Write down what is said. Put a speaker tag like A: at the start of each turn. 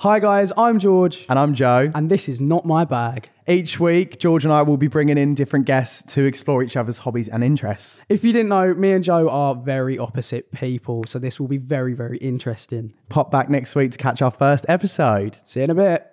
A: Hi, guys, I'm George,
B: And I'm Joe.
A: and this is Not My Bag.
B: Each week, George and I will be bringing in different guests to explore each other's hobbies and interests.
A: If you didn't know, me and Joe are very opposite people, so this will be very, very interesting.
B: Pop back next week to catch our first episode.
A: See you in a bit.